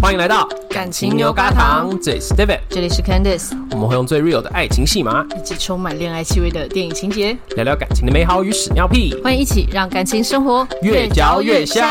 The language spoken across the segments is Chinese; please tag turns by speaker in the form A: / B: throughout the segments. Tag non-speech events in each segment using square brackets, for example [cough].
A: 欢迎来到
B: 感情牛轧糖，
A: 这里是 David，
B: 这里是 Candice，
A: 我们会用最 real 的爱情戏码
B: 一起充满恋爱气味的电影情节，
A: 聊聊感情的美好与屎尿屁，
B: 欢迎一起让感情生活
A: 越嚼越香。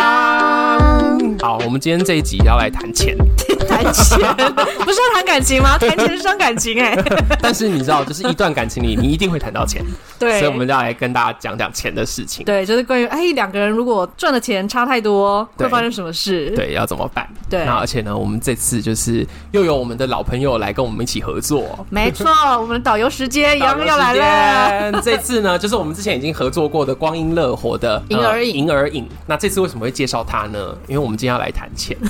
A: 好，我们今天这一集要来谈钱， [laughs]
B: 谈钱 [laughs] 不是要谈感情吗？谈钱是伤感
A: [laughs]
B: 情哎、
A: 但是你知道，就是一段感情里你一定会谈到钱，
B: [laughs] 对，
A: 所以我们要来跟大家讲讲钱的事情。
B: 对，就是关于哎两个人如果赚的钱差太多，
A: 对
B: 会发生什么事？
A: 对，要怎么办？
B: 对
A: 那而且呢，我们这次就是又有我们的老朋友来跟我们一起合作。
B: 没错，我们的导游时间
A: [laughs] 导
B: 杨
A: 游
B: 要来了。
A: 时间这次呢，就是我们之前已经合作过的光阴乐活的
B: [laughs]
A: 呃
B: 银耳饮
A: 银耳饮。那这次为什么会介绍它呢？因为我们今天要来谈
B: [laughs]
A: 钱嘛。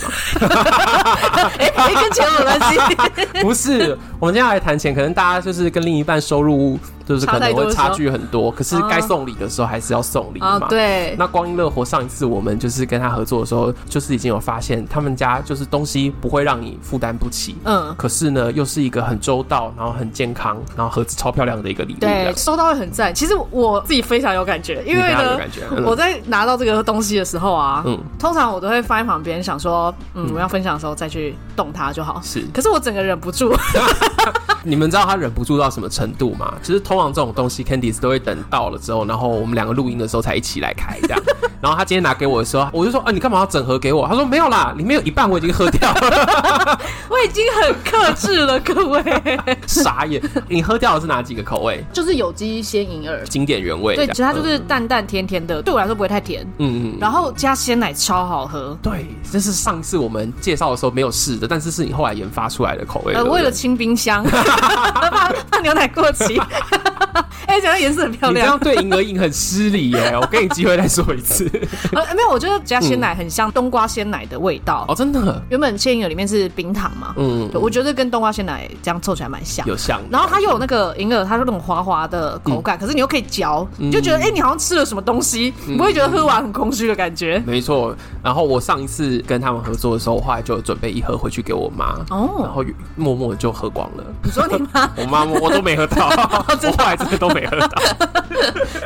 B: 哎、哎跟钱有关
A: [laughs]
B: 系，
A: 不是，我们今天要来谈钱，可能大家就是跟另一半收入就是可能会差距很多，可是该送礼的时候还是要送礼嘛。
B: 哦对
A: 那光阴乐活上一次我们就是跟他合作的时候，就是已经有发现他们家就是东西不会让你负担不起，
B: 嗯，
A: 可是呢又是一个很周到，然后很健康，然后盒子超漂亮的一个礼物。
B: 对，，收到会很赞。其实我自己非常有感觉，因
A: 你
B: 为
A: 非常有
B: 呢
A: 感觉嗯，
B: 我在拿到这个东西的时候啊，
A: 嗯
B: 通常我都会放在旁边，想说，嗯，我要分享的时候再去动它就好。
A: 是。
B: 可是我整个忍不住，
A: 你们知道他忍不住到什么程度吗？就是通常这种东西，Candice 都会等到了之后，然后我们两个录音的时候才一起来开这
B: [laughs]
A: 样。然后他今天拿给我的时候，我就说：“啊，你干嘛要整盒给我？”他说：“没有啦，里面有一半我已经喝掉了。 [laughs]
B: 我已经很克制了，各位。”
A: 傻眼，你喝掉的是哪几个口味？
B: 就是有机鲜银耳，
A: 经典原味这
B: 对，
A: 样。
B: 其实它就是淡淡甜甜的，对我来说不会太甜。
A: 嗯嗯。嗯
B: 然后加鲜奶超好喝，
A: 对，这是上次我们介绍的时候没有试的，但是是你后来研发出来的口味。
B: 呃，
A: 对不对
B: 为了清冰箱， [laughs] 怕怕牛奶过期。哎，讲到颜色很漂
A: 你这
B: 亮
A: 样，对银额印很失礼耶！我给你机会再说一次。
B: 呃，没有，我觉得加鲜奶很像冬瓜鲜奶的味道。
A: 哦，真的，
B: 原本鲜银耳里面是冰糖嘛，
A: 嗯
B: 对，我觉得跟冬瓜鲜奶这样凑起来蛮像。
A: 有像。
B: 然后它又有那个银耳，它是那种滑滑的口感，可是你又可以嚼，你就觉得哎、你好像吃了什么东西，你不会觉得喝完很空虚的感 [laughs] 觉。
A: 没错，然后我上一次跟他们合作的时候，我后来就有准备一盒回去给我妈，然
B: 哦，
A: 后默默就喝光了。
B: 你说你妈
A: 我妈我都没喝到，我后来真的都没喝到。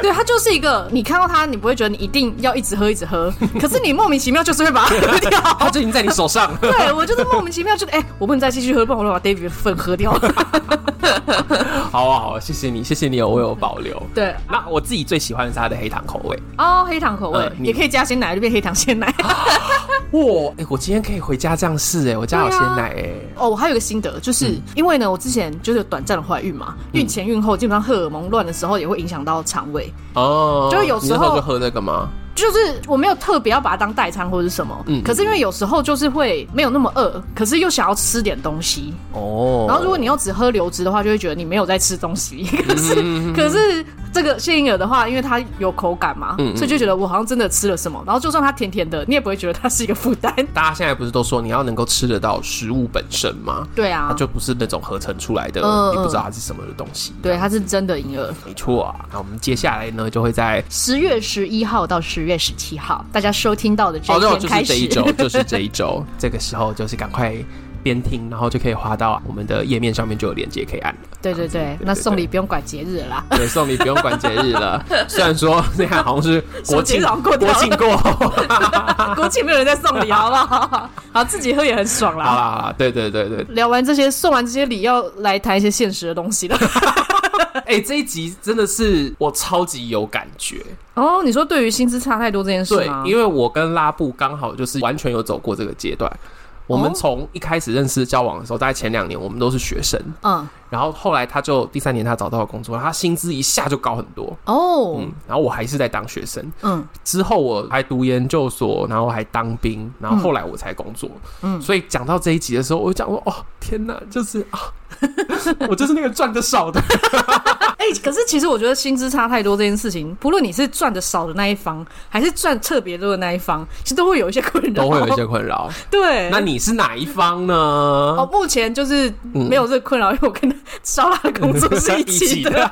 B: 对它就是一个，你看到它，你不会觉得你一定要一直喝一直 [laughs] 喝，可是你莫名其妙就是会把它 [laughs] 喝掉。
A: 它就已经在你手上了。
B: 对我就是莫名其妙，就是哎、我不能再继续喝，不然我就把 David 的粉喝 [laughs] 掉了。
A: [laughs] 好啊好啊，谢谢你，谢谢你有为我保留。
B: 对，
A: 那我自己最喜欢的是它的黑糖口味。
B: 哦，黑糖口味、
A: 嗯你
B: 也可以加鲜奶，就变黑糖鲜奶。
A: 哇，哎、我今天可以回家这样试哎、我家有
B: 对
A: 鲜
B: 啊
A: 奶哎、
B: [laughs] 哦，我还有一个心得，就是、因为呢，我之前就是有短暂的怀孕嘛，孕前孕后基本上荷尔蒙乱的时候也会影响到肠胃，
A: 哦，
B: 就有时候
A: 你那就喝这个吗？
B: 就是我没有特别要把它当代餐或者是什么，
A: 嗯
B: 可是因为有时候就是会没有那么饿，可是又想要吃点东西，
A: 哦，嗯
B: 然后如果你又只喝流质的话，就会觉得你没有在吃东西，可是、 [laughs] 可是这个谢婴儿的话，因为它有口感嘛，
A: 嗯嗯
B: 所以就觉得我好像真的吃了什么，然后就算它甜甜的，你也不会觉得它是一个负
A: [laughs]
B: 担，
A: 大家现在不是都说你要能够吃得到食物本身吗？
B: 对啊
A: 它，就不是那种合成出来的，
B: 嗯
A: 你不知道它是什么的东西。
B: 对，它是真的婴儿。
A: 没错啊，那我们接下来呢，就会在
B: 十月十一号到十月十七号，大家收听到的这
A: 哦，
B: 一
A: 对，
B: 天
A: 就是
B: 开始，
A: 这一周，就是这一周， [laughs] 这个时候就是赶快边听，然后就可以滑到我们的页面上面就有链接可以按了。
B: [laughs] 对对对，那送礼不用管节日了啦。
A: 对，送礼不用管节日了。 [laughs] 虽然说那样好像是国庆
B: 手机好像过
A: 国
B: 掉了
A: 庆过 [laughs] 后，
B: [laughs] 国庆没有人在送礼，好不好？好，自己喝也很爽
A: 好
B: 啦。
A: 啦好啦，对对对对。
B: 聊完这些，送完这些礼，要来谈一些现实的东西了。
A: 哎，这一集真的是我超级有感觉，
B: [laughs] 哦，你说对于薪资差太多这件事
A: 对
B: 吗，？
A: 因为我跟拉布刚好就是完全有走过这个阶段。我们
B: 哦
A: 从一开始认识交往的时候，大概前两年我们都是学生，
B: 嗯，
A: 然后后来他就第三年他找到了工作，他薪资一下就高很多，
B: 哦，
A: 嗯，然后我还是在当学生，
B: 嗯，
A: 之后我还读研究所，然后还当兵，然后后来我才工作，嗯，
B: 嗯
A: 所以讲到这一集的时候，我就讲说，哦，天哪，就是啊，
B: [laughs]
A: 我就是那个赚的少的，
B: 哎、可是其实我觉得薪资差太多这件事情，不论你是赚的少的那一方，还是赚特别多的那一方，其实都会有一些困扰，
A: 都会有一些困扰。
B: [laughs] 对。
A: [laughs] 那你是哪一方呢？嗯
B: 哦，目前就是没有这个困扰，因为我跟他 [laughs] 烧腊的工作是一
A: [laughs]
B: 起的。
A: 的，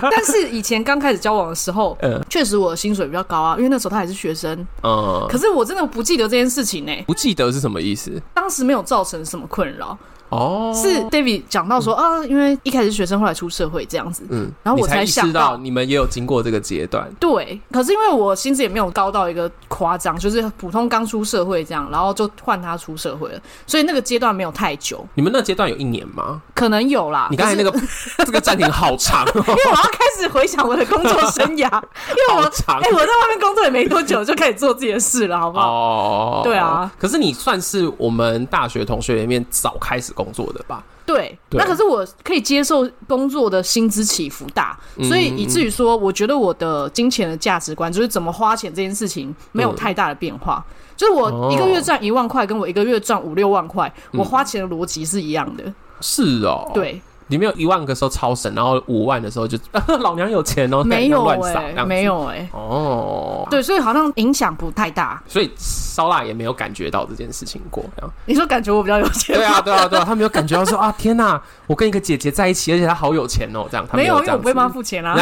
B: 但是以前刚开始交往的时候
A: 嗯，
B: 确、实我的薪水比较高啊，因为那时候他还是学生。
A: 嗯，
B: 可是我真的不记得这件事情呢、欸
A: 不记得是什么意思
B: 当时没有造成什么困扰。
A: 哦，
B: 是 David 讲到说啊，因为一开始是学生，后来出社会这样子。
A: 嗯，
B: 然后
A: 你
B: 我
A: 才
B: 才
A: 意
B: 想
A: 识到
B: 到
A: 你们也有经过这个阶段，
B: 对，可是因为我薪资也没有高到一个夸张，就是普通刚出社会这样，然后就换他出社会了，所以那个阶段没有太久，
A: 你们那阶段有一年吗？
B: 可能有啦。
A: 你刚才
B: 啊可
A: 那
B: 是
A: 个
B: [laughs]
A: 这个暂停好长哦，
B: 因为我要开始回想我的工作生涯， [laughs] 因为
A: [laughs] 好
B: 我
A: 长哦
B: 哎、我在外面工作也没多久就开始做自己的事了，好不好？
A: 哦。
B: 对啊，
A: 可是你算是我们大学同学里面早开始工作的吧？
B: 对，
A: 对
B: 那可是我可以接受工作的薪资起伏大，
A: 嗯
B: 所以以至于说，我觉得我的金钱的价值观，就是怎么花钱这件事情，没有太大的变化。
A: 嗯
B: 就是我一个月赚一万块，跟我一个月赚五六万块，我花钱的逻辑是一样的。
A: 是嗯哦，，
B: 对，
A: 你们有一万个时候超神，然后五万的时候就 [laughs] 老娘有钱哦，
B: 没有
A: 乱撒，
B: 哎、没有哎、
A: 哦，
B: 对，所以好像影响不太大。
A: [laughs] 所以烧腊也没有感觉到这件事情过。
B: [laughs]
A: 这样
B: 你说感觉我比较有钱，
A: 对啊，对啊，对啊，他没有感觉到说啊，天哪，我跟一个姐姐在一起，而且她好有钱哦，这样他
B: 没
A: 有
B: 有，
A: 这
B: 因为我
A: 样
B: 不会
A: 子。
B: 帮他付
A: [laughs]
B: 钱啊，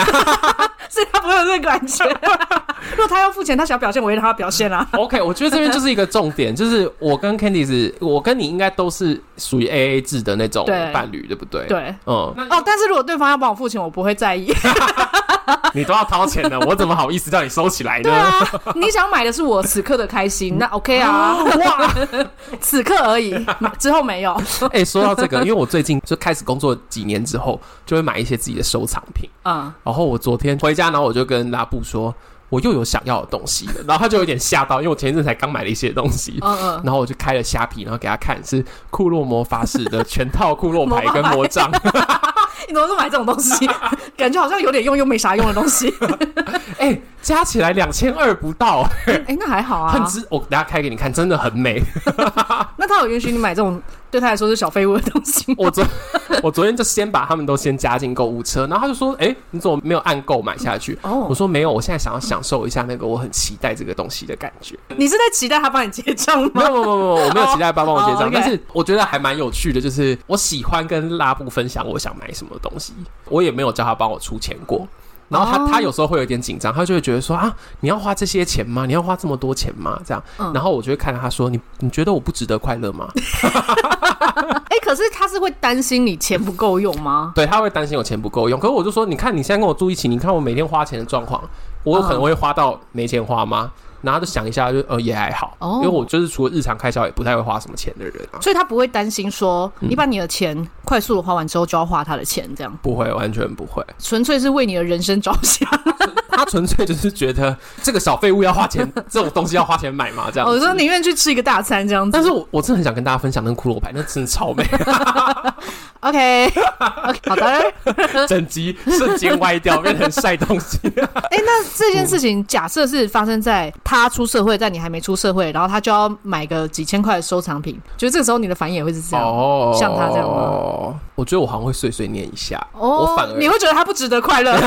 B: [laughs] 所以他不会有这个感觉。如果他要付钱，他想表现，我也让他表现啊。
A: OK，我觉得这边就是一个重点，就是我跟 Candice，我跟你应该都是属于 AA 制的那种
B: 对
A: 伴侣，对不对？，
B: 对。
A: 嗯，
B: 哦，但是如果对方要帮我付钱，我不会在意。
A: 你都要掏钱了，我怎么好意思叫你收起来呢？
B: 对啊， [laughs] 你想买的是我此刻的开心，那 OK 啊， [laughs] 此刻而已，买之后没有。
A: 哎、说到这个，因为我最近就开始工作几年之后，就会买一些自己的收藏品。
B: 嗯，
A: 然后我昨天回家，然后我就跟拉布说，我又有想要的东西了。然后他就有点吓到，因为我前一阵才刚买了一些东西。
B: 嗯嗯，
A: [laughs] 然后我就开了虾皮，然后给他看是库洛魔法使的全套库洛牌跟魔杖。
B: 你怎么是买这种东 [laughs] 西？感觉好像有点用又没啥用的东西。
A: [laughs] 哎、加起来两千二不到，
B: [laughs] 哎、那还好
A: 很
B: 啊。
A: 值。我等下开给你看，真的很美。 [laughs]
B: 那他有允许你买这种对他来说是小废物的东西吗？
A: 我昨我昨天就先把他们都先加进购物车，然后他就说：“哎、你怎么没有按购买下去？”我
B: 哦，
A: 说：“没有，我现在想要享受一下那个我很期待这个东西的感觉。”
B: 你是在期待他帮你结账
A: 没
B: 吗？
A: 有没有没有没有，我没有期待他帮我结
B: 哦
A: 账
B: ，OK，
A: 但是我觉得还蛮有趣的，就是我喜欢跟拉布分享我想买什么东西，我也没有叫他帮我出钱过。然后他、
B: 哦
A: 他有时候会有点紧张，他就会觉得说啊，你要花这些钱吗？你要花这么多钱吗？这样，
B: 嗯
A: 然后我就会看着他说，你你觉得我不值得快乐吗？
B: [laughs] 哎、可是他是会担心你钱不够用吗？
A: 对，他会担心我钱不够用。可是我就说，你看你现在跟我住一起，你看我每天花钱的状况，我有可能会花到没钱花吗？然后他就想一下就，呃也还好，
B: 嗯哦
A: 因为我就是除了日常开销也不太会花什么钱的人啊，
B: 所以他不会担心说你把你的钱快速的花完之后就要花他的钱，这样
A: 不会，完全不会。 [laughs]
B: 纯粹是为你的人生着想。
A: 他纯粹就是觉得这个小废物要花
B: [laughs]
A: 钱，这种东西要花钱买嘛，这样子。
B: 我说宁愿去吃一个大餐这样
A: [laughs]
B: 子。
A: 但是我我真的很想跟大家分享那个骷髅牌，那真的超
B: [laughs]
A: 美，
B: OK [laughs] OK 好的，
A: 整集瞬间歪掉，变成晒东西。
B: 哎、那这件事情假设是发生在他出社会，在你还没出社会，然后他就要买个几千块的收藏品，觉得这个时候你的反应也会是这样。
A: 哦
B: 像他这样
A: 吗？哦我觉得我好像会碎碎念一下，
B: 哦
A: 我反而
B: 你会觉得他不值得
A: [laughs]
B: 快乐，是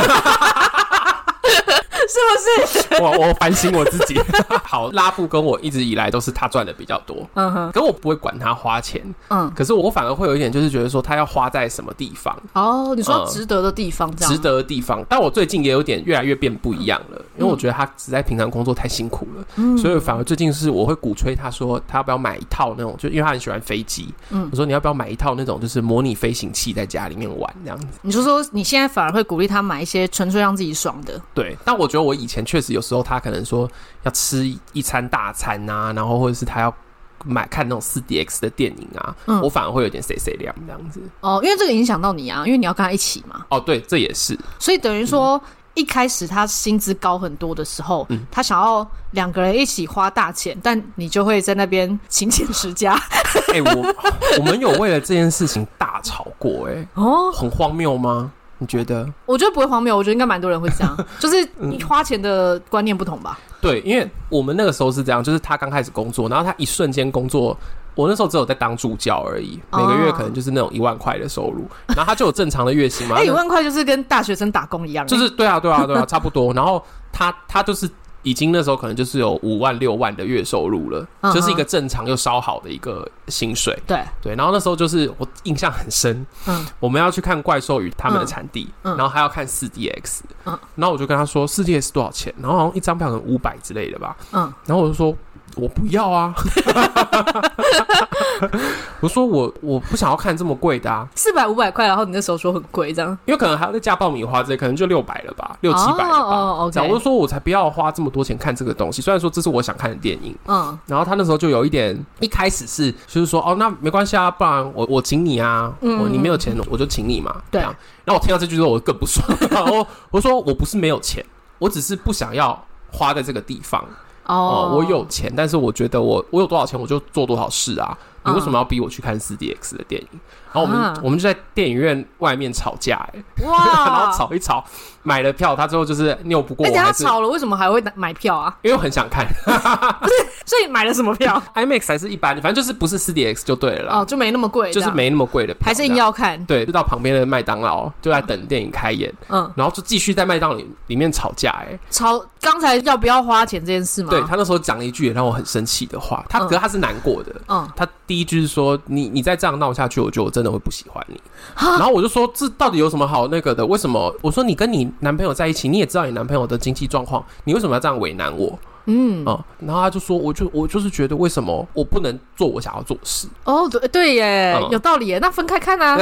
B: 不是？
A: 我 [laughs] 我反省我自己。 [laughs] 好，拉布跟我一直以来都是他赚的比较多，
B: 嗯哼，
A: 可我不会管他花钱，
B: 嗯，
A: 可是我反而会有一点就是觉得说他要花在什么地方。
B: 哦，你说
A: 嗯
B: 值得的地方这样，
A: 值得的地方。但我最近也有点越来越变不一样了，因为
B: 嗯
A: 我觉得他实在平常工作太辛苦了，所以反而最近是我会鼓吹他说他要不要买一套那种，就因为他很喜欢飞机，
B: 嗯
A: 我说你要不要买一套那种就是模拟飞行器在家里面玩这样子。
B: 你就说你现在反而会鼓励他买一些纯粹让自己爽的，
A: 对，但我觉得我以前确实有时候他可能说要吃一餐大餐啊，然后或者是他要。买看那种四 D X 的电影啊，
B: 嗯
A: 我反而会有点 C C 量这样子。
B: 哦，因为这个影响到你啊，因为你要跟他一起嘛。
A: 哦，对，这也是
B: 所以等于说，一开始他薪资高很多的时候，
A: 嗯
B: 他想要两个人一起花大钱，但你就会在那边勤俭持家
A: 哎、我 [laughs] 我们有为了这件事情大吵过、哎，
B: 哦。
A: 很荒谬吗？你觉得？
B: [laughs] 我觉得不会荒谬，我觉得应该蛮多人会这样，就是
A: 嗯
B: 你花钱的观念不同吧。
A: 对，因为我们那个时候是这样，就是他刚开始工作，然后他一瞬间工作，我那时候只有在当助教而已，
B: 哦
A: 每个月可能就是那种一万块的收入，然后他就有正常的月薪嘛
B: [laughs] 哎、，一万块就是跟大学生打工一样、
A: 就是对啊，对啊，对
B: [laughs]
A: 啊，差不多。然后他他就是已经那时候可能就是有五万六万的月收入了，
B: 嗯哼
A: 就是一个正常又稍好的一个薪水。
B: 对，
A: 对，然后那时候就是我印象很深，
B: 嗯
A: 我们要去看怪兽与他们的产地，
B: 嗯嗯
A: 然后还要看四 DX，、
B: 嗯
A: 然后我就跟他说四 DX 多少钱，然后好像一张票可能五百之类的吧，
B: 嗯，
A: 然后我就说我不要
B: [laughs]
A: 啊！我说我我不想要看这么贵的啊，
B: 四百五百块，然后你那时候说很贵，这样
A: 因为可能还要再加爆米花之类，可能就六百了吧，六七百了吧。
B: 哦哦，OK
A: 这样我就说我才不要花这么多钱看这个东西，虽然说这是我想看的电影。
B: 嗯
A: 然后他那时候就有一点，一开始是就是说，哦，那没关系啊，不然我我请你啊，
B: 嗯
A: 我你没有钱我就请你嘛。
B: 对
A: 这样然后我听到这句之后，我更不爽，我 [laughs] 我说我不是没有钱，我只是不想要花在这个地方。哦、
B: 哦，
A: 我有钱，但是我觉得我我有多少钱我就做多少事啊！你为什么要逼我去看 4DX 的电影？然后我们、
B: 嗯啊
A: 我们就在电影院外面吵架、欸， [laughs]
B: 哇，
A: 然后吵一吵，买了票，他最后就是拗不过
B: 哎，
A: 我，
B: 等
A: 还
B: 下
A: 是
B: 吵了，为什么还会拿买票啊？
A: 因为我很想看
B: 所以买了什么票？
A: [laughs] IMAX 还是一般，反正就是不是 4DX 就对了啦，
B: 啊哦，就没那么贵，
A: 就是
B: 这样
A: 没那么贵的票，
B: 还是
A: 这
B: 硬
A: 样。
B: 要看，
A: 对，就到旁边的麦当劳，就在等电影开演，
B: 嗯，
A: 然后就继续在麦当劳里里面吵架、欸。哎，
B: 吵刚才要不要花钱这件事吗？
A: 对，他那时候讲了一句也让我很生气的话，他
B: 啊嗯
A: 可是他是难过的，
B: 嗯，
A: 他第一句是说：“你你再这样闹下去，我觉得我真的会不喜欢你。”然后我就说：“这到底有什么好那个的？为什么？我说你跟你男朋友在一起，你也知道你男朋友的经济状况，你为什么要这样为难我？”嗯啊、然后他就说：“我就我就是觉得为什么我不能做我想要做的事
B: 哦，对对耶，
A: 嗯
B: 有道理耶，那分开看
A: [laughs]
B: 啊。？”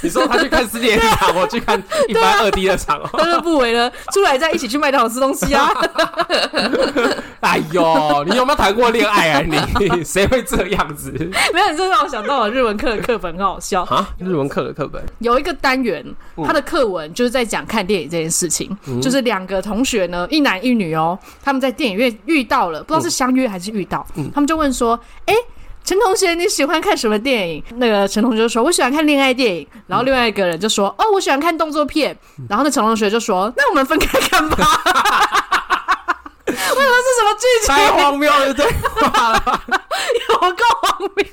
A: 你说他去看四 D 的场，我去看一般二 D 的场，
B: 何乐不为呢？出来再一起去麦当劳吃东西啊！ [laughs]
A: 哎呦，你有没有谈过恋爱啊？你 [laughs] 谁会这样子
B: 没有，你这让我想到我日文课的课本很好笑，
A: 啊？日文课的课本，
B: 有一个单元
A: 嗯，
B: 它的课文就是在讲看电影这件事情，就是两个同学呢，一男一女哦，他们在电影院遇到了，不知道是相约还是遇到，
A: 嗯
B: 他们就问说，哎、陈同学，你喜欢看什么电影？那个陈同学就说：“我喜欢看恋爱电
A: 嗯
B: 影。”然后另外一个人就说：“哦，我喜欢看动作片。”然后那陈同学就说：“那我们分开
A: [laughs]
B: 看吧。”我想说这什么剧
A: 太
B: 情？
A: 荒谬了，对吧？
B: 有够荒谬！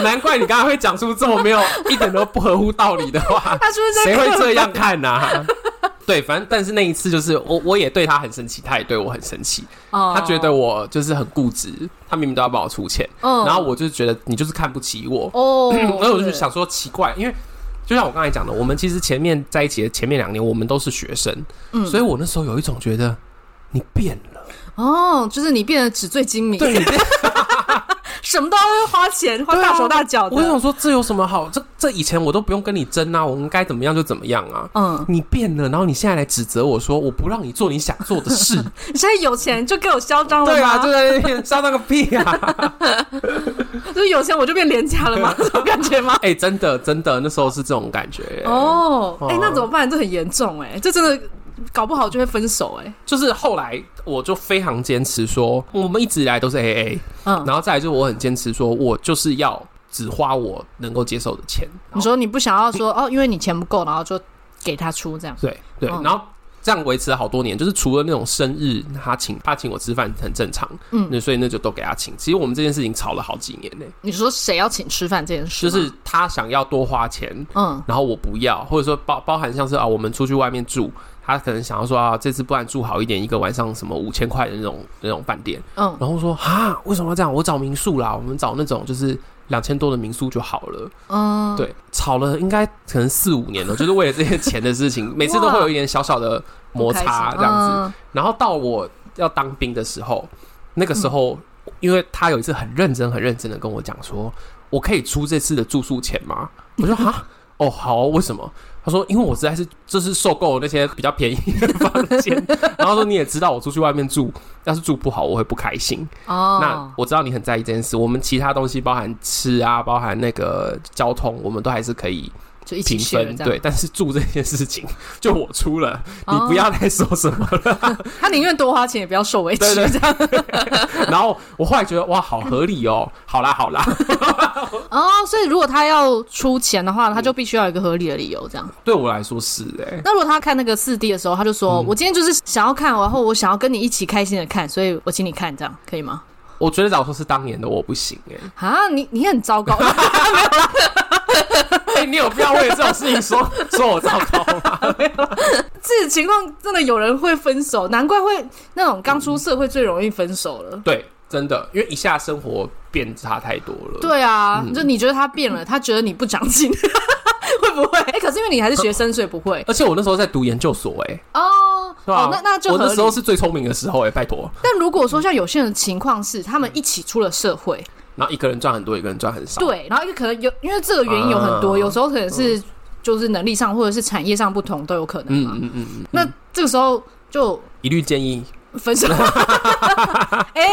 A: 难怪你刚刚会讲出这么没有一点都不合乎道理的
B: [laughs]
A: 话，
B: 他是不是在
A: 谁会
B: 刻
A: 这样看呐、 [laughs] 对，反正但是那一次就是我我也对他很生气，他也对我很生气。
B: 哦
A: 他觉得我就是很固执，他明明都要帮我出钱，
B: 嗯
A: 然后我就觉得你就是看不起我，
B: 哦，
A: [clears throat] 然后我就想说奇怪，因为就像我刚才讲的，我们其实前面在一起的前面两年，我们都是学生，
B: 嗯
A: 所以我那时候有一种觉得你变了，
B: [laughs] 哦，就是你变得纸醉金迷，
A: 对你变
B: 什么都要花钱，花大手大脚的。
A: 我想说这有什么好？这这以前我都不用跟你争啊，我们该怎么样就怎么样啊。
B: 嗯，
A: 你变了，然后你现在来指责我说我不让你做你想做的
B: [laughs]
A: 事，
B: 你现在有钱就给我嚣张了吗？
A: 对啊，就在那边嚣张个屁啊！ [laughs]
B: 就是有钱我就变廉价了吗？这种感
A: [laughs]
B: 觉吗？
A: 哎、真的真的，那时候是这种感觉，
B: 哦，哎、
A: 哦
B: 那怎么办？这很严重哎、这真的搞不好就会分手哎、
A: 就是后来我就非常坚持说，我们一直以来都是 A A，
B: 嗯，
A: 然后再来就是我很坚持说，我就是要只花我能够接受的钱，
B: 你说你不想要说哦，因为你钱不够，然后就给他出这样。
A: 对对，
B: 嗯
A: 然后。这样维持了好多年，就是除了那种生日，他请他请我吃饭很正常，
B: 嗯
A: 那所以那就都给他请。其实我们这件事情吵了好几年呢、
B: 你说谁要请吃饭这件事
A: 就
B: 吗？
A: 是他想要多花钱，
B: 嗯
A: 然后我不要，或者说包包含像是啊，我们出去外面住，他可能想要说啊，这次不然住好一点，一个晚上什么五千块的那种那种饭店，
B: 嗯
A: 然后说啊，为什么要这样？我找民宿啦，我们找那种就是两千多的民宿就好了。
B: 嗯，
A: 对，吵了应该可能四五年了，就是为了这些钱的事情，每次都会有一点小小的摩擦这样子。
B: 子。
A: 然后到我要当兵的时候，那个时候，因为他有一次很认真、很认真的跟我讲说，我可以出这次的住宿钱吗？我说哈，哦好哦，为什么？他说因为我实在是就是受够了那些比较便宜的房
B: [laughs]
A: 间，然后说你也知道我出去外面住，要是住不好我会不开心。
B: 哦，
A: 那我知道你很在意这件事，我们其他东西包含吃啊，包含那个交通，我们都还是可以
B: 就一起
A: 平
B: share
A: 分
B: 这样
A: 对，，但是住这件事情就我出了，你
B: 哦
A: 不要再说什么
B: 他宁愿多花钱也不要受委屈
A: 对对
B: 这样。
A: [laughs] 然后我后来觉得哇，好合理哦，好啦好啦， [laughs]
B: 哦，所以如果他要出钱的话，他就必须要有一个合理的理由这样。
A: 对我来说是哎、
B: 那如果他看那个四 D 的时候，他就说：“
A: 嗯
B: 我今天就是想要看，然后我想要跟你一起开心的看，所以我请你看，这样可以吗
A: 我觉得早说是当年的我不行哎、？”
B: 啊，你你很糟糕，
A: [laughs]
B: [laughs]
A: 哎、你有必要为了这种事情说 [laughs] 说我糟糕 [laughs] 吗？
B: 这种情况真的有人会分手，难怪会那种刚出社会最容易分手了。
A: 对，真的，因为一下生活变差太多了。，
B: 对啊，
A: 嗯
B: 就你觉得他变了，他觉得你不长进， [laughs]
A: [laughs]
B: 会不会？哎、可是因为你还是学生，所以不会
A: 而且我那时候在读研究所哎、
B: 哦。哦，
A: 对吧、
B: 哦那那就
A: 我
B: 合
A: 那
B: 理
A: 时候是最聪明的时候哎、拜托。
B: 但如果说像有些人的情况是，他们一起出了社会，
A: 然后一个人赚很多，一个人赚很少。
B: 对，然后一个可能有，因为这个原因有很多，
A: 啊
B: 有时候可能是就是能力上或者是产业上不同都有可能
A: 嗯
B: 嘛。
A: 嗯嗯嗯，
B: 那这个时候就
A: 一律建议。[laughs]
B: 分手。哎、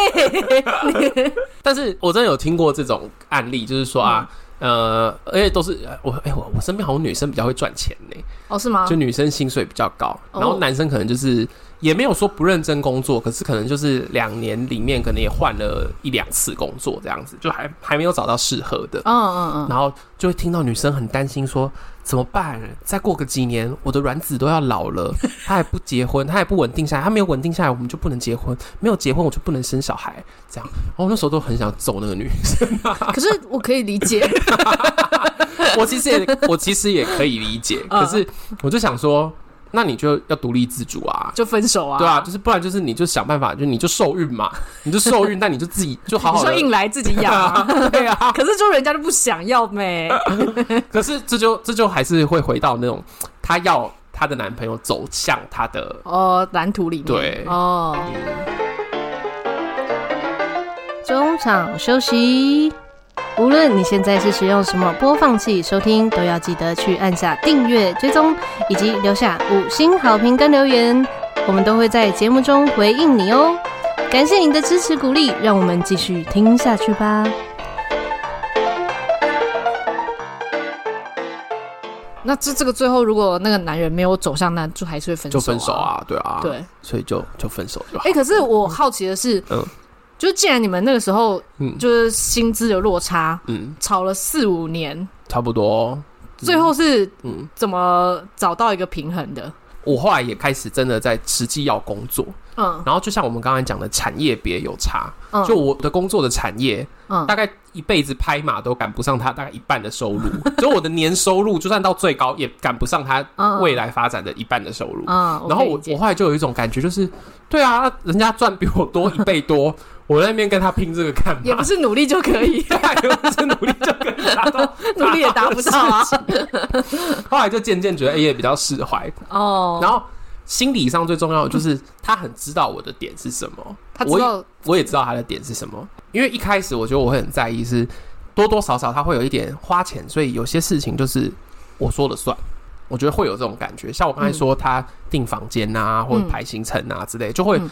A: 但是我真的有听过这种案例，就是说啊，呃，而且都是呃我哎、我我身边好像女生比较会赚钱欸呢、
B: 哦，是吗
A: 就？女生薪水比较高，
B: 哦
A: 然后男生可能就是也没有说不认真工作，可是可能就是两年里面可能也换了一两次工作这样子，就还还没有找到适合的。
B: 嗯嗯嗯，
A: 然后就会听到女生很担心说怎么办？再过个几年，我的卵子都要老
B: [laughs]
A: 了，她还不结婚，她还不稳定下来，她没有稳定下来，我们就不能结婚，没有结婚我就不能生小孩，这样。然后我那时候都很想揍那个女
B: [laughs]
A: 生，
B: 可是我可以理解，
A: 我其实也我其实也可以理
B: [laughs]
A: 解，
B: 嗯
A: 可是我就想说，那你就要独立自主啊。
B: 就分手啊。
A: 对啊，就是不然就是你就想办法，就你就受孕嘛，你就受孕，但你就自己就好好
B: 你说
A: 的。
B: 硬来自己养、啊，
A: [laughs] 对啊，
B: 可是就人家就不想要呗。
A: 可是这就这就还是会回到那种她要她的男朋友走向她的
B: 哦，蓝图里面。
A: 对
B: 哦。中场休息。
C: 无论你现在是使用什么播放器收听，都要记得去按下订阅、追踪，以及留下五星好评跟留言，我们都会在节目中回应你哦。感谢你的支持鼓励，让我们继续听下去吧。
B: 那这这个最后，如果那个男人没有走向那，就还是会分手、
A: 就分手。啊，对啊，
B: 对，，
A: 所以就就分手就好
B: 哎、。可是我好奇的是，
A: 嗯
B: 就是既然你们那个时候
A: 嗯
B: 就是薪资有落差，
A: 嗯，
B: 吵了四五年，
A: 差不多。嗯
B: 最后是
A: 嗯，
B: 怎么找到一个平衡的？
A: 我后来也开始真的在实际要工作，
B: 嗯
A: 然后就像我们刚才讲的，产业别有差。
B: 嗯，
A: 就我的工作的产业，
B: 嗯
A: 大概一辈子拍马都赶不上他大概一半的收入， [laughs] 就我的年收入就算到最高，也赶不上他
B: 嗯
A: 未来发展的一半的收入。
B: 嗯，
A: 然后
B: 可以
A: 我
B: 理解
A: 我后来就有一种感觉，就是对啊，人家赚比我多一倍多，我在那边跟他拼这个干嘛？
B: 也不是努力就可
A: [laughs]
B: 以，，
A: 对，不是努力就可以达到
B: 努力也达不到啊。
A: 后来就渐渐觉得 A 也比较释怀，
B: 哦，
A: 然后心理上最重要的就是他很知道我的点是什么，
B: 他知
A: 我也
B: 道，
A: 我也知道他的点是什么，因为一开始我觉得我会很在意是多多少少他会有一点花钱，所以有些事情就是我说了算。我觉得会有这种感觉，像我刚才说，他订房间啊，或者排行程啊之类，就会、
B: 嗯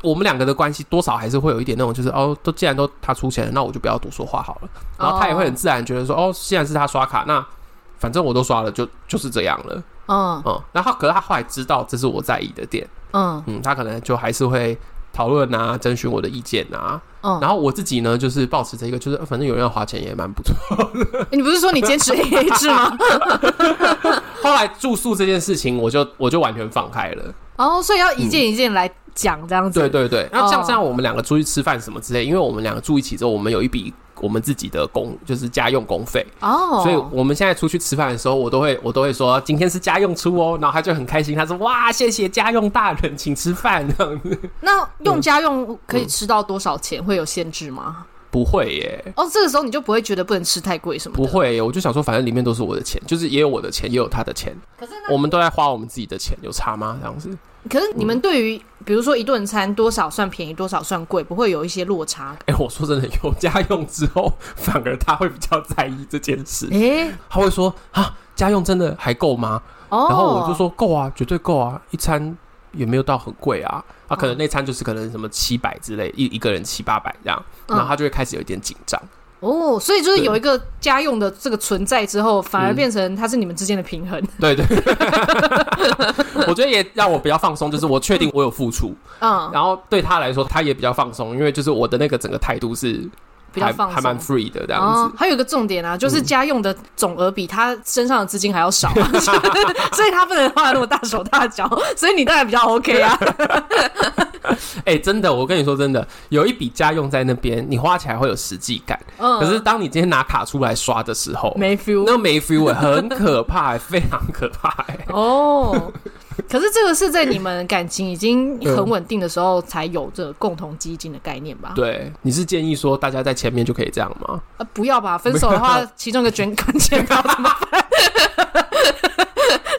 A: 我们两个的关系多少还是会有一点那种，就是哦，都既然都他出钱了，那我就不要多说话好了。然后他也会很自然觉得说，哦，既然是他刷卡，那反正我都刷了，就就是这样了。
B: 嗯
A: 嗯，然后可是他后来知道这是我在意的点，
B: 嗯
A: 嗯，他可能就还是会讨论啊，征询我的意见啊。
B: 嗯。
A: 然后我自己呢，就是保持着一个，就是呃反正有人要花钱也蛮不错。
B: 欸你不是说你坚持 A A
A: [laughs]
B: 制吗？
A: 后来住宿这件事情，我就我就完全放开了。
B: 哦，所以要一件一件来讲这样
A: 嗯
B: 子。
A: 对对对，那像
B: 哦
A: 这样，我们两个出去吃饭什么之类，因为我们两个住一起之后，我们有一笔我们自己的公，就是家用公费。
B: 哦，
A: 所以我们现在出去吃饭的时候，我都会我都会说今天是家用出哦，然后他就很开心，他说哇谢谢家用大人，请吃饭这样子。
B: 那用家用可以
A: 嗯
B: 吃到多少钱？会有限制吗？
A: 不会耶，
B: 哦，这个时候你就不会觉得不能吃太贵什么的。
A: 不会耶，我就想说反正里面都是我的钱，就是也有我的钱，也有他的钱，
B: 可是
A: 我们都在花我们自己的钱，有差吗？这样子
B: 可是你
A: 嗯
B: 们对于比如说一顿餐多少算便宜，多少算贵，不会有一些落差感？
A: 哎、我说真的，有家用之后，反而他会比较在意这件事，
B: 哎、
A: 他会说啊家用真的还够吗？
B: 哦，
A: 然后我就，说够啊，绝对够啊，一餐也没有到很贵啊，啊，可能
B: 嗯
A: 那餐就是可能什么七百之类，一一个人七八百这样，
B: 嗯
A: 然后他就会开始有一点紧张，
B: 哦，所以就是有一个家用的这个存在之后，反而
A: 嗯
B: 变成它是你们之间的
A: [laughs]
B: 平衡。
A: 对对，我觉得也让我比较放松，就是我确定我有付出，
B: 嗯，
A: 然后对他来说他也比较放松，因为就是我的那个整个态度是
B: 比较
A: 还
B: 放
A: 还蛮
B: 松。
A: free 的这样
B: 哦
A: 子，，嗯
B: 还有一个重点啊，就是家用的总额比他身上的资金还要少、
A: [laughs]
B: 啊，所以他不能花得那么大手大脚，所以你当然比较 OK 啊。
A: 哎、真的，我跟你说真的，有一笔家用在那边，你花起来会有实际感，[laughs]
B: 嗯，
A: 可是当你今天拿卡出来刷的时候，
B: 没 feel
A: 那没 feel 欸很可怕欸、非常可怕、
B: [laughs]
A: 欸。 [laughs]
B: 哦，可是这个是在你们感情已经
A: 嗯
B: 很稳定的时候才有这个共同基金的概念吧？
A: 对，你是建议说大家在前面就可以这样吗？ [laughs]
B: 啊，不要吧，分手的话，其中一个捐款钱包怎么办？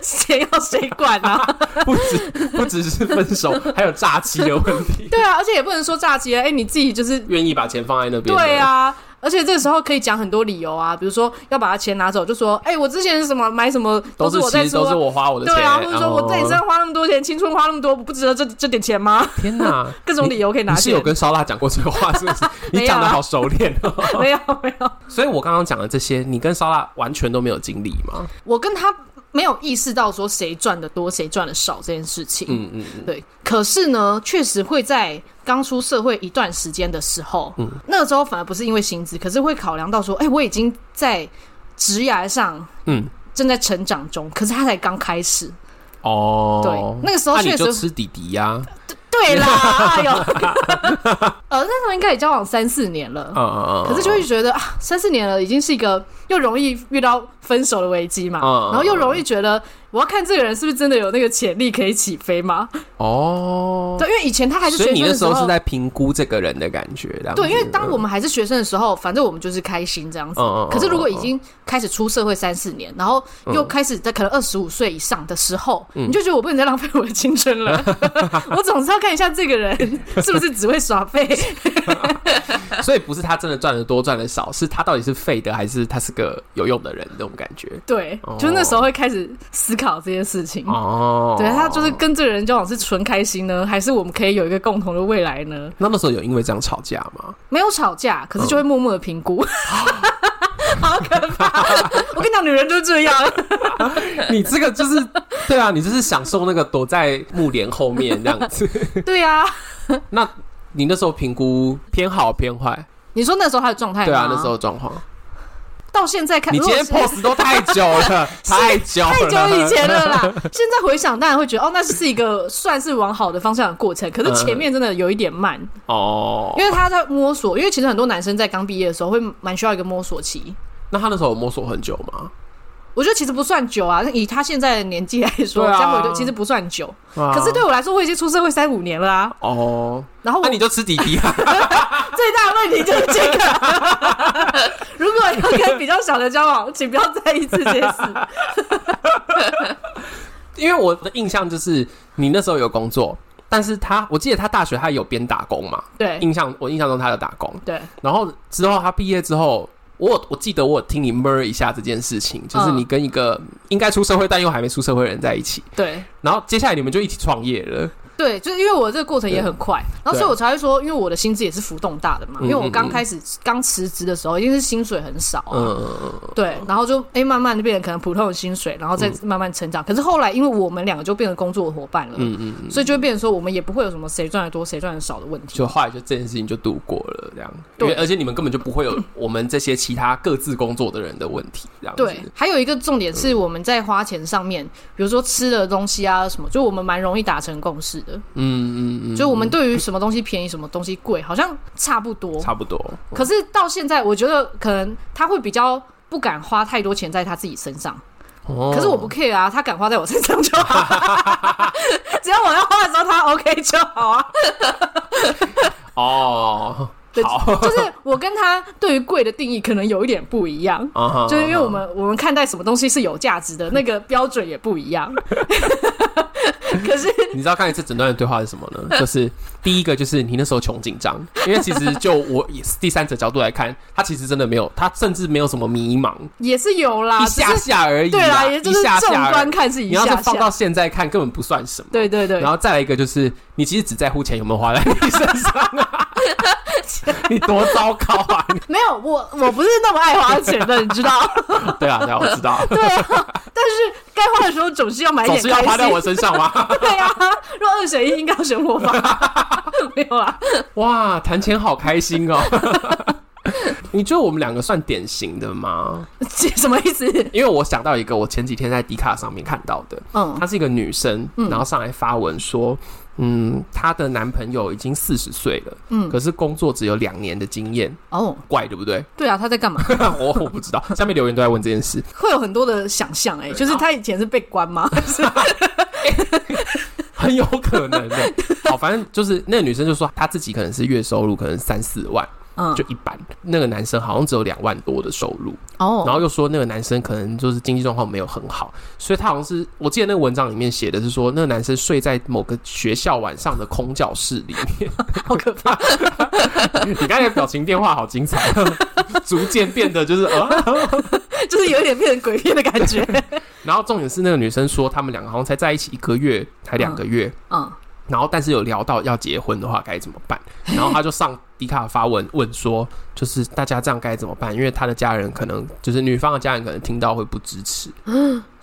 B: 钱要谁管啊？
A: [laughs] 不只不只是分手，还有诈欺的问题。
B: 对啊，而且也不能说诈欺啊，哎、你自己就是
A: 愿意把钱放在那边，
B: 对，啊。而且这时候可以讲很多理由啊，比如说要把他钱拿走，就说：“哎、我之前是什么买什么
A: 都
B: 是
A: 是
B: 我在
A: 其实
B: 出
A: 都
B: 啊，
A: 是我花我的钱，
B: 对啊，或者说我在你身
A: 哦
B: 上花那么多钱，青春花那么多，不值得这这点钱吗？
A: 天哪，
B: 各种理由可以拿
A: 你是有
B: 钱。
A: 跟烧腊讲过这个话是不
B: [laughs]
A: 是？
B: 没有啊
A: 你讲的好熟练哦。
B: [laughs]
A: [laughs]
B: 没有没有，
A: 所以我刚刚讲的这些，你跟烧腊完全都没有经历吗？
B: 我跟他没有意识到说谁赚的多，谁赚的少这件事情。
A: 嗯嗯嗯，
B: 对，可是呢，确实会在刚出社会一段时间的时候，嗯，那个时候反而不是因为薪资，可是会考量到说，哎、我已经在职涯上，
A: 嗯，
B: 正在成长中，可是他才刚开始，
A: 哦，
B: 对那个时候
A: 那你
B: 确实
A: 就吃底底呀，
B: 对
A: [laughs]
B: 啦，哎呦， [laughs] 呃，那时候应该也交往三四年了。
A: 嗯嗯嗯，
B: 可是就会觉得啊，三四年了，已经是一个又容易遇到分手的危机嘛，
A: 嗯
B: 然后又容易觉得我要看这个人是不是真的有那个潜力可以起飞嘛？
A: 哦，
B: 对，因为以前他还是学
A: 嗯所以你
B: 生
A: 那
B: 的
A: 时候是在评估这个人的感觉，这样子
B: 对，因为当我们还是学生的时候，反正我们就是开心这样子。
A: 嗯嗯嗯
B: 可是如果已经开始出社会三四年，然后又开始在可能二十五岁以上的时候，
A: 嗯
B: 你就觉得我不能再浪费我的青
A: [laughs]
B: 春了，我总是要看一下这个人是不是只会耍废。
A: 嗯所以不是他真的赚的多赚的少，是他到底是废的还是他是个有用的人那种感觉。
B: 对
A: 哦，
B: 就那时候会开始思考这些事情。
A: 哦，
B: 对他就是跟这个人交往是纯开心呢，还是我们可以有一个共同的未来呢？
A: 那那时候有因为这样吵架吗？
B: 没有吵架，可是就会默默的评估， [laughs] 好可怕！我跟你讲，女人就是这样。
A: 你这个就是对啊，你就是享受那个躲在幕帘后面这样子。
B: [laughs] 对啊呀、
A: 那你那时候评估偏好偏坏？
B: 你说那时候他的状态吗？
A: 对啊，那时候的状况。
B: 到现在看，
A: 你
B: 如
A: 今
B: 果
A: 天
B: 是
A: pose 都太久了，太久了，
B: [laughs] 太久以前
A: [laughs]
B: 了啦。现在回想，当然会觉得哦，那是一个算是往好的方向的过程。可
A: 嗯
B: 是前面真的有一点慢，
A: 哦。
B: 因为他在摸索。因为其实很多男生在刚毕业的时候会蛮需要一个摸索期。
A: 那他那时候有摸索很久吗？
B: 我觉得其实不算久啊，以他现在的年纪来说，
A: 对啊啊
B: 这样我就其实不算久。可是对我来说，我已经出社会三五年了啊。
A: 哦，
B: 然后我
A: 那你就吃底底
B: [laughs]
A: 啊。
B: 最大的问题就是这个。 [laughs] 如果要跟比较小的交往，请不要在意这件
A: [laughs]
B: 事。
A: 因为我的印象就是你那时候有工作，但是他我记得他大学他有边打工嘛，
B: 对
A: 印象我印象中他有打工，
B: 对，
A: 然后之后他毕业之后。我有我记得我有听你 mer 一下这件事情，就是
B: 嗯
A: 你跟一个应该出社会但又还没出社会的人在一起，
B: 对。
A: 然后接下来你们就一起创业了。
B: 对，就是因为我这个过程也很快，然后所以
A: 对
B: 我才会说，因为我的薪资也是浮动大的嘛，
A: 嗯
B: 因为我
A: 嗯
B: 刚
A: 嗯
B: 开始刚辞职的时候，一定是薪水很少啊、
A: 嗯，
B: 对，然后就哎、诶慢慢就变成可能普通的薪水，然后再慢慢成长。可是后来，因为我们两个就变成工作伙伴了，嗯嗯所以就会变成说我们也不会有什么谁赚的多谁赚的少的问题。
A: 就后来就这件事情就度过了，这样。因
B: 对
A: 为而且你们根本就不会有我们这些其他各自工作的人的问题，这样子。
B: 对，还有一个重点是我们在花钱上面，
A: 嗯
B: 比如说吃的东西啊什么，就我们蛮容易达成共识的，
A: 嗯嗯嗯，
B: 就我们对于什么东西便宜什么东西贵，好像差不多，
A: 差不多。
B: 可是到现在，我觉得可能他会比较不敢花太多钱在他自己身上。
A: 哦
B: 可是我不 care 啊，他敢花在我身上就好，啊 [laughs] 只要我要花的时候他 OK 就好啊。
A: 哦，
B: 对
A: 好，
B: 就是我跟他对于贵的定义可能有一点不一样。
A: 啊
B: 就是因为我们我们看待什么东西是有价值的那个标准也不一样， [laughs] 可是
A: 你知道刚才这整段的对话是什么呢？就是第一个就是你那时候穷紧张，因为其实就我也是第三者角度来看，他其实真的没有，他甚至没有什么迷茫，
B: 也是有啦，
A: 一下
B: 只啊是
A: 下而已啦。
B: 对啦，也就
A: 一
B: 是
A: 下
B: 纵
A: 下而
B: 观
A: 已。
B: 看是一
A: 你要
B: 下
A: 是
B: 下
A: 放，到现在看，根本不算什么。
B: 对对对
A: 然，后再来一个就是，你其实只在乎钱有没有花在你身上啊，
B: [laughs]
A: 你多糟糕啊！你
B: 没有我我不是那么爱花钱的，你知道。
A: 对啊，对啊，我知道，
B: 对啊， [laughs] 但是该花的时候总是要买一
A: 总
B: 点
A: 是要花在我身上嘛。
B: [laughs] 开心对啊，若二选一，应该要选我吧？
A: [laughs]
B: 没有啊啦，
A: 哇，谈钱好开心
B: [laughs]
A: 哦。你觉得我们两个算典型的吗？
B: 这什么意思？
A: 因为我想到一个，我前几天在迪卡上面看到的，
B: 嗯
A: 她是一个女生，然后上来发文说，嗯，她的男朋友已经四十岁了，
B: 嗯，
A: 可是工作只有两年的经验，
B: 哦，
A: 怪对不对？ [laughs]
B: 对啊，他在干嘛？
A: 我我不知道，下面留言都在问这件事。
B: 会有很多的想象，哎，
A: 哦
B: 就是他以前是被
A: [laughs]
B: 关吗？还是
A: 很 [laughs] 有可能的。好，反正就是那个女生就说她自己可能是月收入可能三四万，
B: 嗯
A: 就一般。那个男生好像只有两万多的收入，然
B: 哦，
A: 后又说那个男生可能就是经济状况没有很好，所以他好像是我记得那个文章里面写的是说，那个男生睡在某个学校晚上的空教室里面，
B: [laughs] 好可怕，
A: [laughs] 你刚才的表情变化好精彩， [laughs] 逐渐变得就是啊。
B: 就是有点变成鬼片的感
A: [laughs]
B: 觉。
A: 然后重点是那个女生说，他们两个好像才在一起一个月，才两个月，
B: 嗯，
A: 然后但是有聊到要结婚的话该怎么办，然后他就上迪卡发文问说，就是大家这样该怎么办？因为他的家人可能就是女方的家人可能听到会不支持，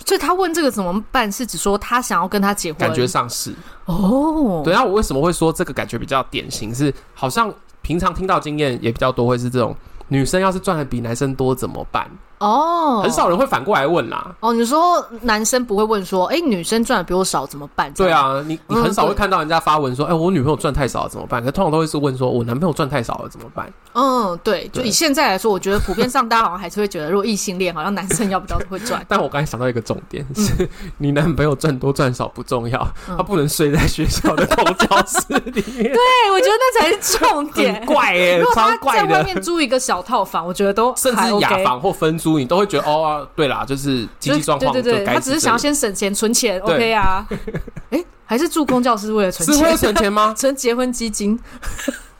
B: 所以他问这个怎么办，是指说他想要跟他结婚，
A: 感觉上是。
B: 哦，
A: 对，那我为什么会说这个感觉比较典型？是好像平常听到经验也比较多，会是这种女生要是赚的比男生多怎么办？
B: 哦，
A: 很少人会反过来问啦。
B: 哦。你说男生不会问说，哎，女生赚的比我少怎么办？
A: 对，啊，你你
B: 嗯
A: 很少会
B: 对
A: 看到人家发文说，哎、我女朋友赚太少了怎么办？可通常都会是问说，我男朋友赚太少了怎么办？
B: 嗯，对，就
A: 对
B: 以现在来说，我觉得普遍上大家好像还是会觉得，如果异性恋，好像男生要比较会赚
A: [laughs] 。但我刚才想到一个重点，是 [laughs] 你男朋友赚多赚少不重要，
B: 嗯
A: 他不能睡在学校的空教室里
B: [laughs]
A: 面，
B: 对，我觉得那才是重点
A: [laughs] 很。怪耶、
B: 如果
A: 超
B: 他在
A: 怪
B: 外
A: 的。
B: 面租一个小套房，我觉得都
A: 甚
B: 还
A: 至
B: OK
A: 雅房或分租，你都会觉得哦、啊，对啦，就是经济状况
B: 对
A: 就
B: 对对，
A: 该
B: 他只是
A: 这
B: 想要
A: 样
B: 先省钱存钱
A: 对
B: ，OK 啊？ [laughs] 哎，还是住公教是为了存
A: 是会
B: 钱，
A: 存钱吗？
B: [laughs] 存结婚基金。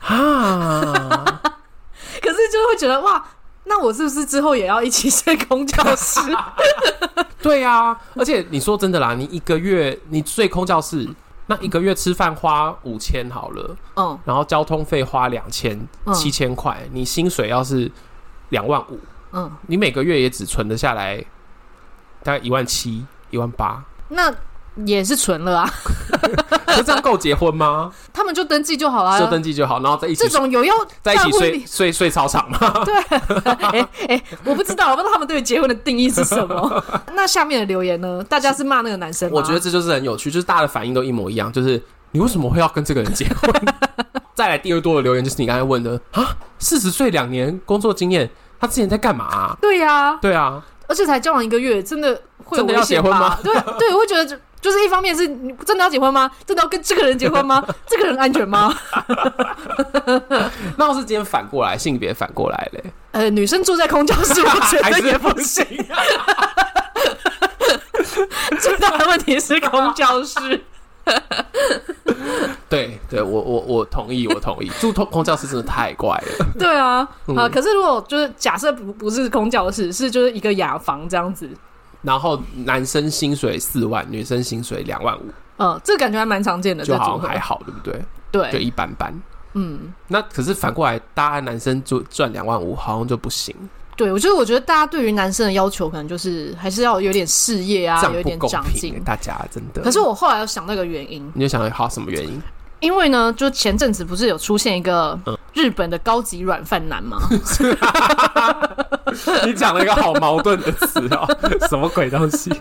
A: 啊，
B: 可是就会觉得哇，那我是不是之后也要一起睡公教
A: [laughs]
B: 室？
A: 对啊，而且你说真的啦，你一个月你睡空教室，那一个月吃饭花五千好了，
B: 嗯，
A: 然后交通费花两千
B: 嗯
A: 七千块，你薪水要是两万五，
B: 嗯，
A: 你每个月也只存得下来大概一万七、一万
B: [laughs]
A: 八，
B: 那也是存了啊， [laughs]
A: 可这样够结婚吗？
B: 他们就登记就好了、啊
A: 就登记就好，然后在一起
B: 哎这种有要
A: 在一起
B: 婚
A: 睡
B: 礼，
A: 睡睡操场吗？
B: 哎哎，我不知道，我不知道他们对于结婚的定义是什么。
A: [laughs]
B: 那下面的留言呢？大家是骂那个男生吗？
A: 我觉得这就是很有趣，就是大家的反应都一模一样，就是你为什么会要跟这个人结
B: [laughs]
A: 婚？再来第二多的留言就是你刚才问的啊，四十岁两年工作经验，他之前在干嘛啊、
B: 对呀、
A: 对啊，
B: 而且才交往一个月，真的会有
A: 真的要
B: 危
A: 结
B: 险
A: 婚
B: 吧
A: 吗？ [laughs]
B: 对对，我会觉得就就是一方面是你真的要结婚吗？真的要跟这个人结婚吗？这个人安全吗？
A: 那要是今天反过来性别反过来
B: [laughs]
A: 嘞，
B: 呃，女生住在空教
A: [laughs]
B: 室，我觉
A: 还
B: 得也
A: 是
B: 不
A: 不
B: 行。
A: 行啊？
B: 最大的问题是空
A: [laughs]
B: 教室。
A: [laughs] 对对，我我我同意，我同意，住空空教室真的太怪了。
B: 对啊，
A: 嗯
B: 啊，可是如果就是假设不不是空教室，是就是一个雅房这样子，
A: 然后男生薪水四万，女生薪水两万五，
B: 呃，这个感觉还蛮常见的，
A: 就
B: 这
A: 好
B: 组
A: 像
B: 合
A: 还好，对不对？就
B: 对，
A: 一般般。
B: 嗯，
A: 那可是反过来，大家男生就赚两万五，好像就不行。
B: 对，我觉得我觉得大家对于男生的要求可能就是还是要有点事业啊
A: 这，样
B: 有一
A: 不
B: 点
A: 公
B: 长
A: 平、
B: 进。
A: 大家真的。
B: 可是我后来有想到一个原因，
A: 你就想好什么原
B: [laughs]
A: 因？
B: 因为呢，就前阵子不是有出现一个
A: 嗯
B: 日本的高级软饭
A: [laughs]
B: 男吗？
A: 你讲了一个好矛盾的词
B: [laughs]
A: 哦，什么鬼东西？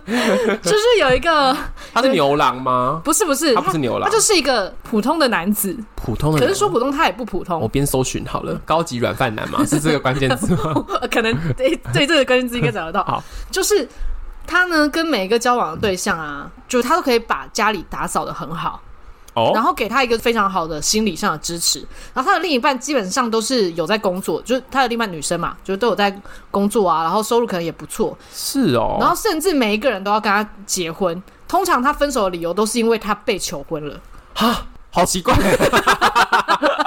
B: 就是有一个
A: 他是牛郎吗？
B: 不是不是
A: 他不是牛郎，
B: 他就是一个普通的男子，
A: 普通的
B: 可
A: 人。
B: 是说普通他也不普通
A: 我，边搜寻好了，高级软饭男嘛，是这个关键字
B: [laughs]
A: 吗？
B: 呃可能对对这个关键字应该找得到。
A: 好，
B: 就是他呢跟每一个交往的对象啊，就他都可以把家里打扫的很好，然
A: 哦，
B: 后给他一个非常好的心理上的支持。然后他的另一半基本上都是有在工作，就是他的另一半女生嘛，就是都有在工作啊，然后收入可能也不错，
A: 是哦，
B: 然后甚至每一个人都要跟他结婚。通常他分手的理由都是因为他被求婚了，
A: 好奇怪。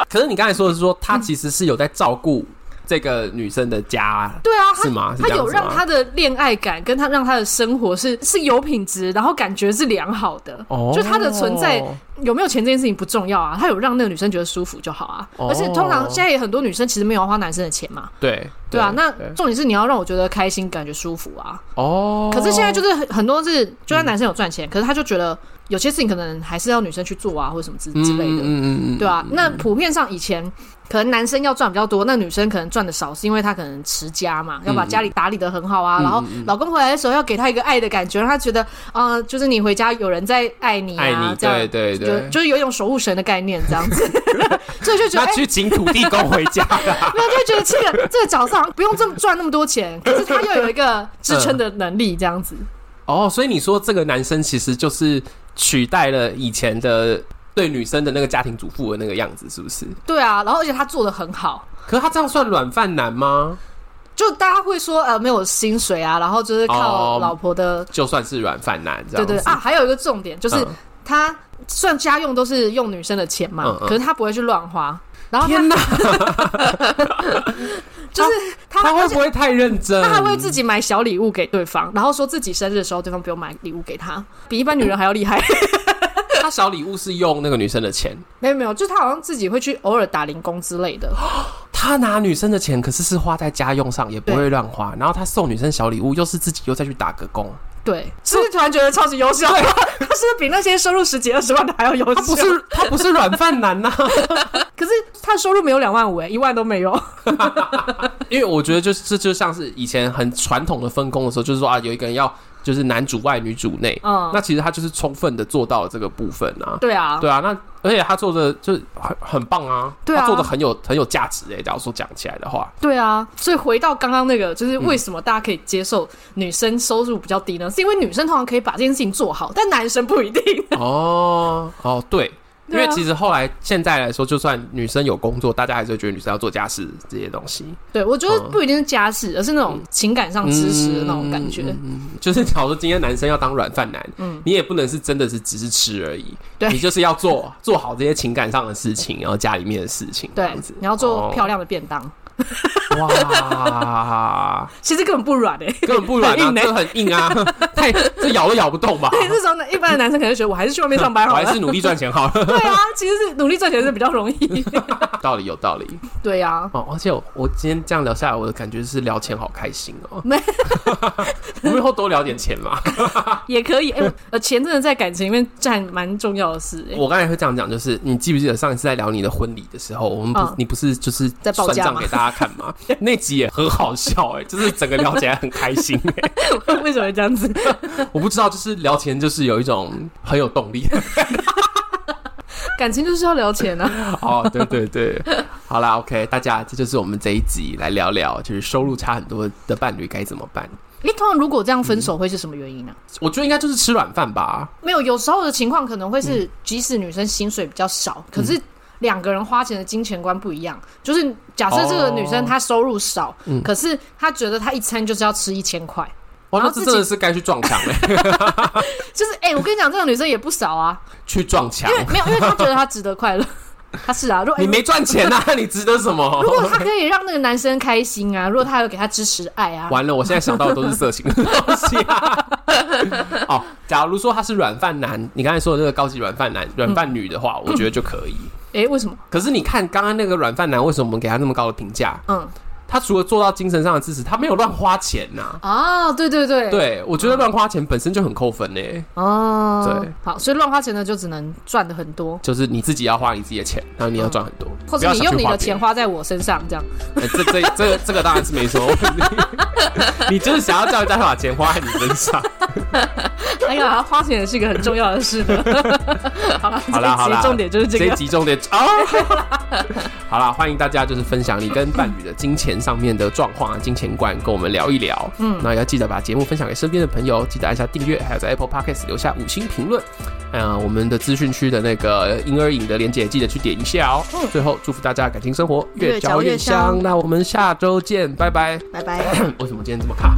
A: 可是你刚才说的是说，他其实是有在照顾这个女生的家，
B: 对啊，他
A: 是吗？是
B: 他
A: 这样
B: 有
A: 子吗
B: 让他的恋爱感，跟他让他的生活是是有品质，然后感觉是良好的。
A: 哦，
B: 就他的存在有没有钱这件事情不重要啊，他有让那个女生觉得舒服就好啊。
A: 哦
B: 而且通常现在也很多女生其实没有要花男生的钱嘛，
A: 对
B: 对啊。那
A: 对
B: 重点是你要让我觉得开心，感觉舒服啊。
A: 哦，嗯
B: 可是现在就是很很多是，就算男生有赚钱，可是他就觉得有些事情可能还是要女生去做啊，或者什么之之类
A: 嗯
B: 的，
A: 嗯嗯嗯，
B: 对啊。那普遍上以前。可能男生要赚比较多，那女生可能赚的少，是因为她可能持家嘛，要把家里打理的很好啊。
A: 嗯
B: 然后老公回来的时候要给她一个爱的感觉，让她觉得，呃，就是你回家有人在爱你啊，
A: 爱你，
B: 这样
A: 对对
B: 就
A: 对。
B: 就是有一种守护神的概念这样子， [laughs] 所以就觉
A: 那
B: 得哎，
A: 去请土地公回
B: [laughs]
A: 家的啊、
B: 没有就觉得这个这个角色好像不用这么赚那么多钱，可是他又有一个支撑的能力这样子。
A: 哦，所以你说这个男生其实就是取代了以前的对女生的那个家庭主妇的那个样子，是不是？
B: 对啊，然后而且他做的很好，
A: 可是他这样算软饭男吗？
B: 就大家会说呃没有薪水啊，然后就是靠
A: 哦
B: 老婆的，
A: 就算是软饭男，这
B: 对
A: 样
B: 对
A: 子
B: 啊，，还有一个重点就是
A: 嗯
B: 他算家用都是用女生的钱嘛，
A: 嗯嗯
B: 可是他不会去乱花，然后他
A: 天哪，
B: 就是他
A: 他会
B: 而
A: 不
B: 且
A: 会太认真？
B: 他还会自己买小礼物给对方，然后说自己生日的时候对方不用买礼物给他，比一般女人还要厉害。 [laughs]
A: 他小礼物是用那个女生的钱，
B: 没有没有，就他好像自己会去偶尔打零工之类的。
A: 哦他拿女生的钱，可是是花在家用上，也不会乱花。然后他送女生小礼物，又是自己又再去打个工，
B: 对，是不是突然觉得超级优秀？他是不是比那些收入十几二十万的还要优秀？
A: 他不是他不是软饭男呐、
B: 可是他的收入没有两万五，哎，一万都没有。
A: [laughs] 因为我觉得就是这就像是以前很传统的分工的时候，就是说啊，有一个人要就是男主外女主内，
B: 嗯
A: 那其实他就是充分的做到了这个部分啊。
B: [laughs] 对啊，
A: 对啊，那而且他做的就很很棒啊，
B: 对啊
A: 他做的很有很有价值诶、欸假如说讲起来的话，
B: 对啊。所以回到刚刚那个，就是为什么大家可以接受女生收入比较低呢？是因为女生通常可以把这件事情做好，但男生不
A: [laughs]
B: 一定。
A: 哦哦，对，因
B: 对啊
A: 为其实后来现在来说，就算女生有工作，大家还是会觉得女生要做家事这些东西，
B: 对，我觉得
A: 哦
B: 不一定是家事，而是那种情感上支持的那种感
A: 嗯
B: 觉。
A: [laughs]
B: 嗯
A: 就是假如说今天男生要当软饭男，你也不能是真的是只是吃而已，
B: 对
A: 你就是要做 [laughs] 做好这些情感上的事情，然后家里面的事情，这
B: 对
A: 样子，，
B: 你要做
A: 哦
B: 漂亮的便当，
A: 哇， [laughs]
B: 其实根本不软哎、欸。
A: 根本不软
B: [laughs] 很
A: 啊，
B: 硬欸
A: 这很硬啊， [laughs] 太这咬都咬不动
B: [laughs]
A: 吧。
B: 这时候呢，一般的男生可能觉得我还是去外面上班
A: 我
B: 好
A: [laughs] 还
B: 了。
A: 是努力赚钱好了， [laughs]
B: 对啊，其实是努力赚钱是比较容易。
A: 道理有道理
B: 对啊，
A: 哦。而且我我今天这样聊下来，我的感觉是聊钱好开心哦。
B: 没
A: [laughs] 我们以后多聊点钱嘛。
B: 也可以。哎、呃，钱真的在感情里面占蛮重要的事、欸。
A: 我刚才会这样讲，就是你记不记得上一次在聊你的婚礼的时候，我们不、
B: 嗯
A: 你不是就是
B: 在报
A: 算
B: 价
A: 账
B: 吗
A: 给大家看
B: [laughs]
A: 吗？那集也很好笑哎、就是整个聊起来很开心哎、
B: 为什么会这样子？
A: [laughs] 我不知道，就是聊钱就是有一种很有动力
B: 感情就是要聊
A: [laughs]
B: 钱啊。
A: 哦，对对对，好啦，OK，大家这就是我们这一集来聊聊，就是收入差很多的伴侣该怎么办？
B: 哎、通常如果这样分手会是什么原因呢、啊
A: 我觉得应该就是吃软饭吧，
B: 没有，有时候的情况可能会
A: 嗯
B: 是，即使女生薪水比较少，可是两个人花钱的金钱观不一样。就是假设这个女生
A: 哦
B: 她收入少，
A: 嗯
B: 可是她觉得她一餐就是要吃一千块，
A: 哇，
B: 然
A: 那
B: 后
A: 这
B: 自己
A: 真的是该去撞墙哎、
B: 就是哎、我跟你讲，这种女生也不少
A: [laughs]
B: 啊，
A: 去撞墙
B: 因，为没有，因为她觉得她值得快乐， [laughs] 她是啊，如果
A: 哦
B: 哎
A: 你没哦赚钱
B: [laughs]
A: 呐、你值得什么？
B: 如果她可以让那个男生开心啊，如果她有给他支持爱啊，
A: [laughs] 完了，我现在想到的都是色
B: [laughs]
A: 情的 [laughs] 东西、啊。哦，假如说他是软饭男，你刚才说的这个高级软饭
B: 嗯
A: 男、软饭女的话，我觉得就可以。
B: 哎、为什么？
A: 可是你看刚刚那个软饭男，为什么我们给他那么高的评价？
B: 嗯，
A: 他除了做到精神上的支持，他没有乱花钱呐、
B: 啊，对对对，嗯
A: 对，我觉得乱花钱本身就很扣分呢、欸
B: 哦，
A: 对，
B: 好，所以乱花钱呢，就只能赚的很多，
A: 就是你自己要花你自己的钱，然后你要赚很多，
B: 或
A: 不
B: 者
A: 要
B: 你
A: 想去
B: 用你
A: 花
B: 的
A: 别人
B: 钱花在我身上，这样。
A: 呃这这这个这个当然是没什么
B: [laughs]
A: 问题，你就是想要叫人家把钱花在你身上。
B: 哎呀，花钱也是一个很重要的 [laughs] 事呢。好了，
A: 好啦好
B: 这一
A: 啦，
B: 集重点就是这
A: 这一
B: 个。
A: 集重点哦。 [laughs] 好啦，欢迎大家就是分享你跟伴侣的金钱上面的状况啊，金钱观跟我们聊一聊。嗯，那也要记得把节目分享给身边的朋友，记得按下订阅，还有在 Apple Podcast 留下五星评论。嗯、我们的资讯区的那个婴儿影的连接记得去点一下哦。
B: 嗯
A: 最后祝福大家感情生活
C: 越嚼越香
A: 那我们下周见，拜拜。
C: 拜拜。
A: [coughs] 为什么今天这么卡？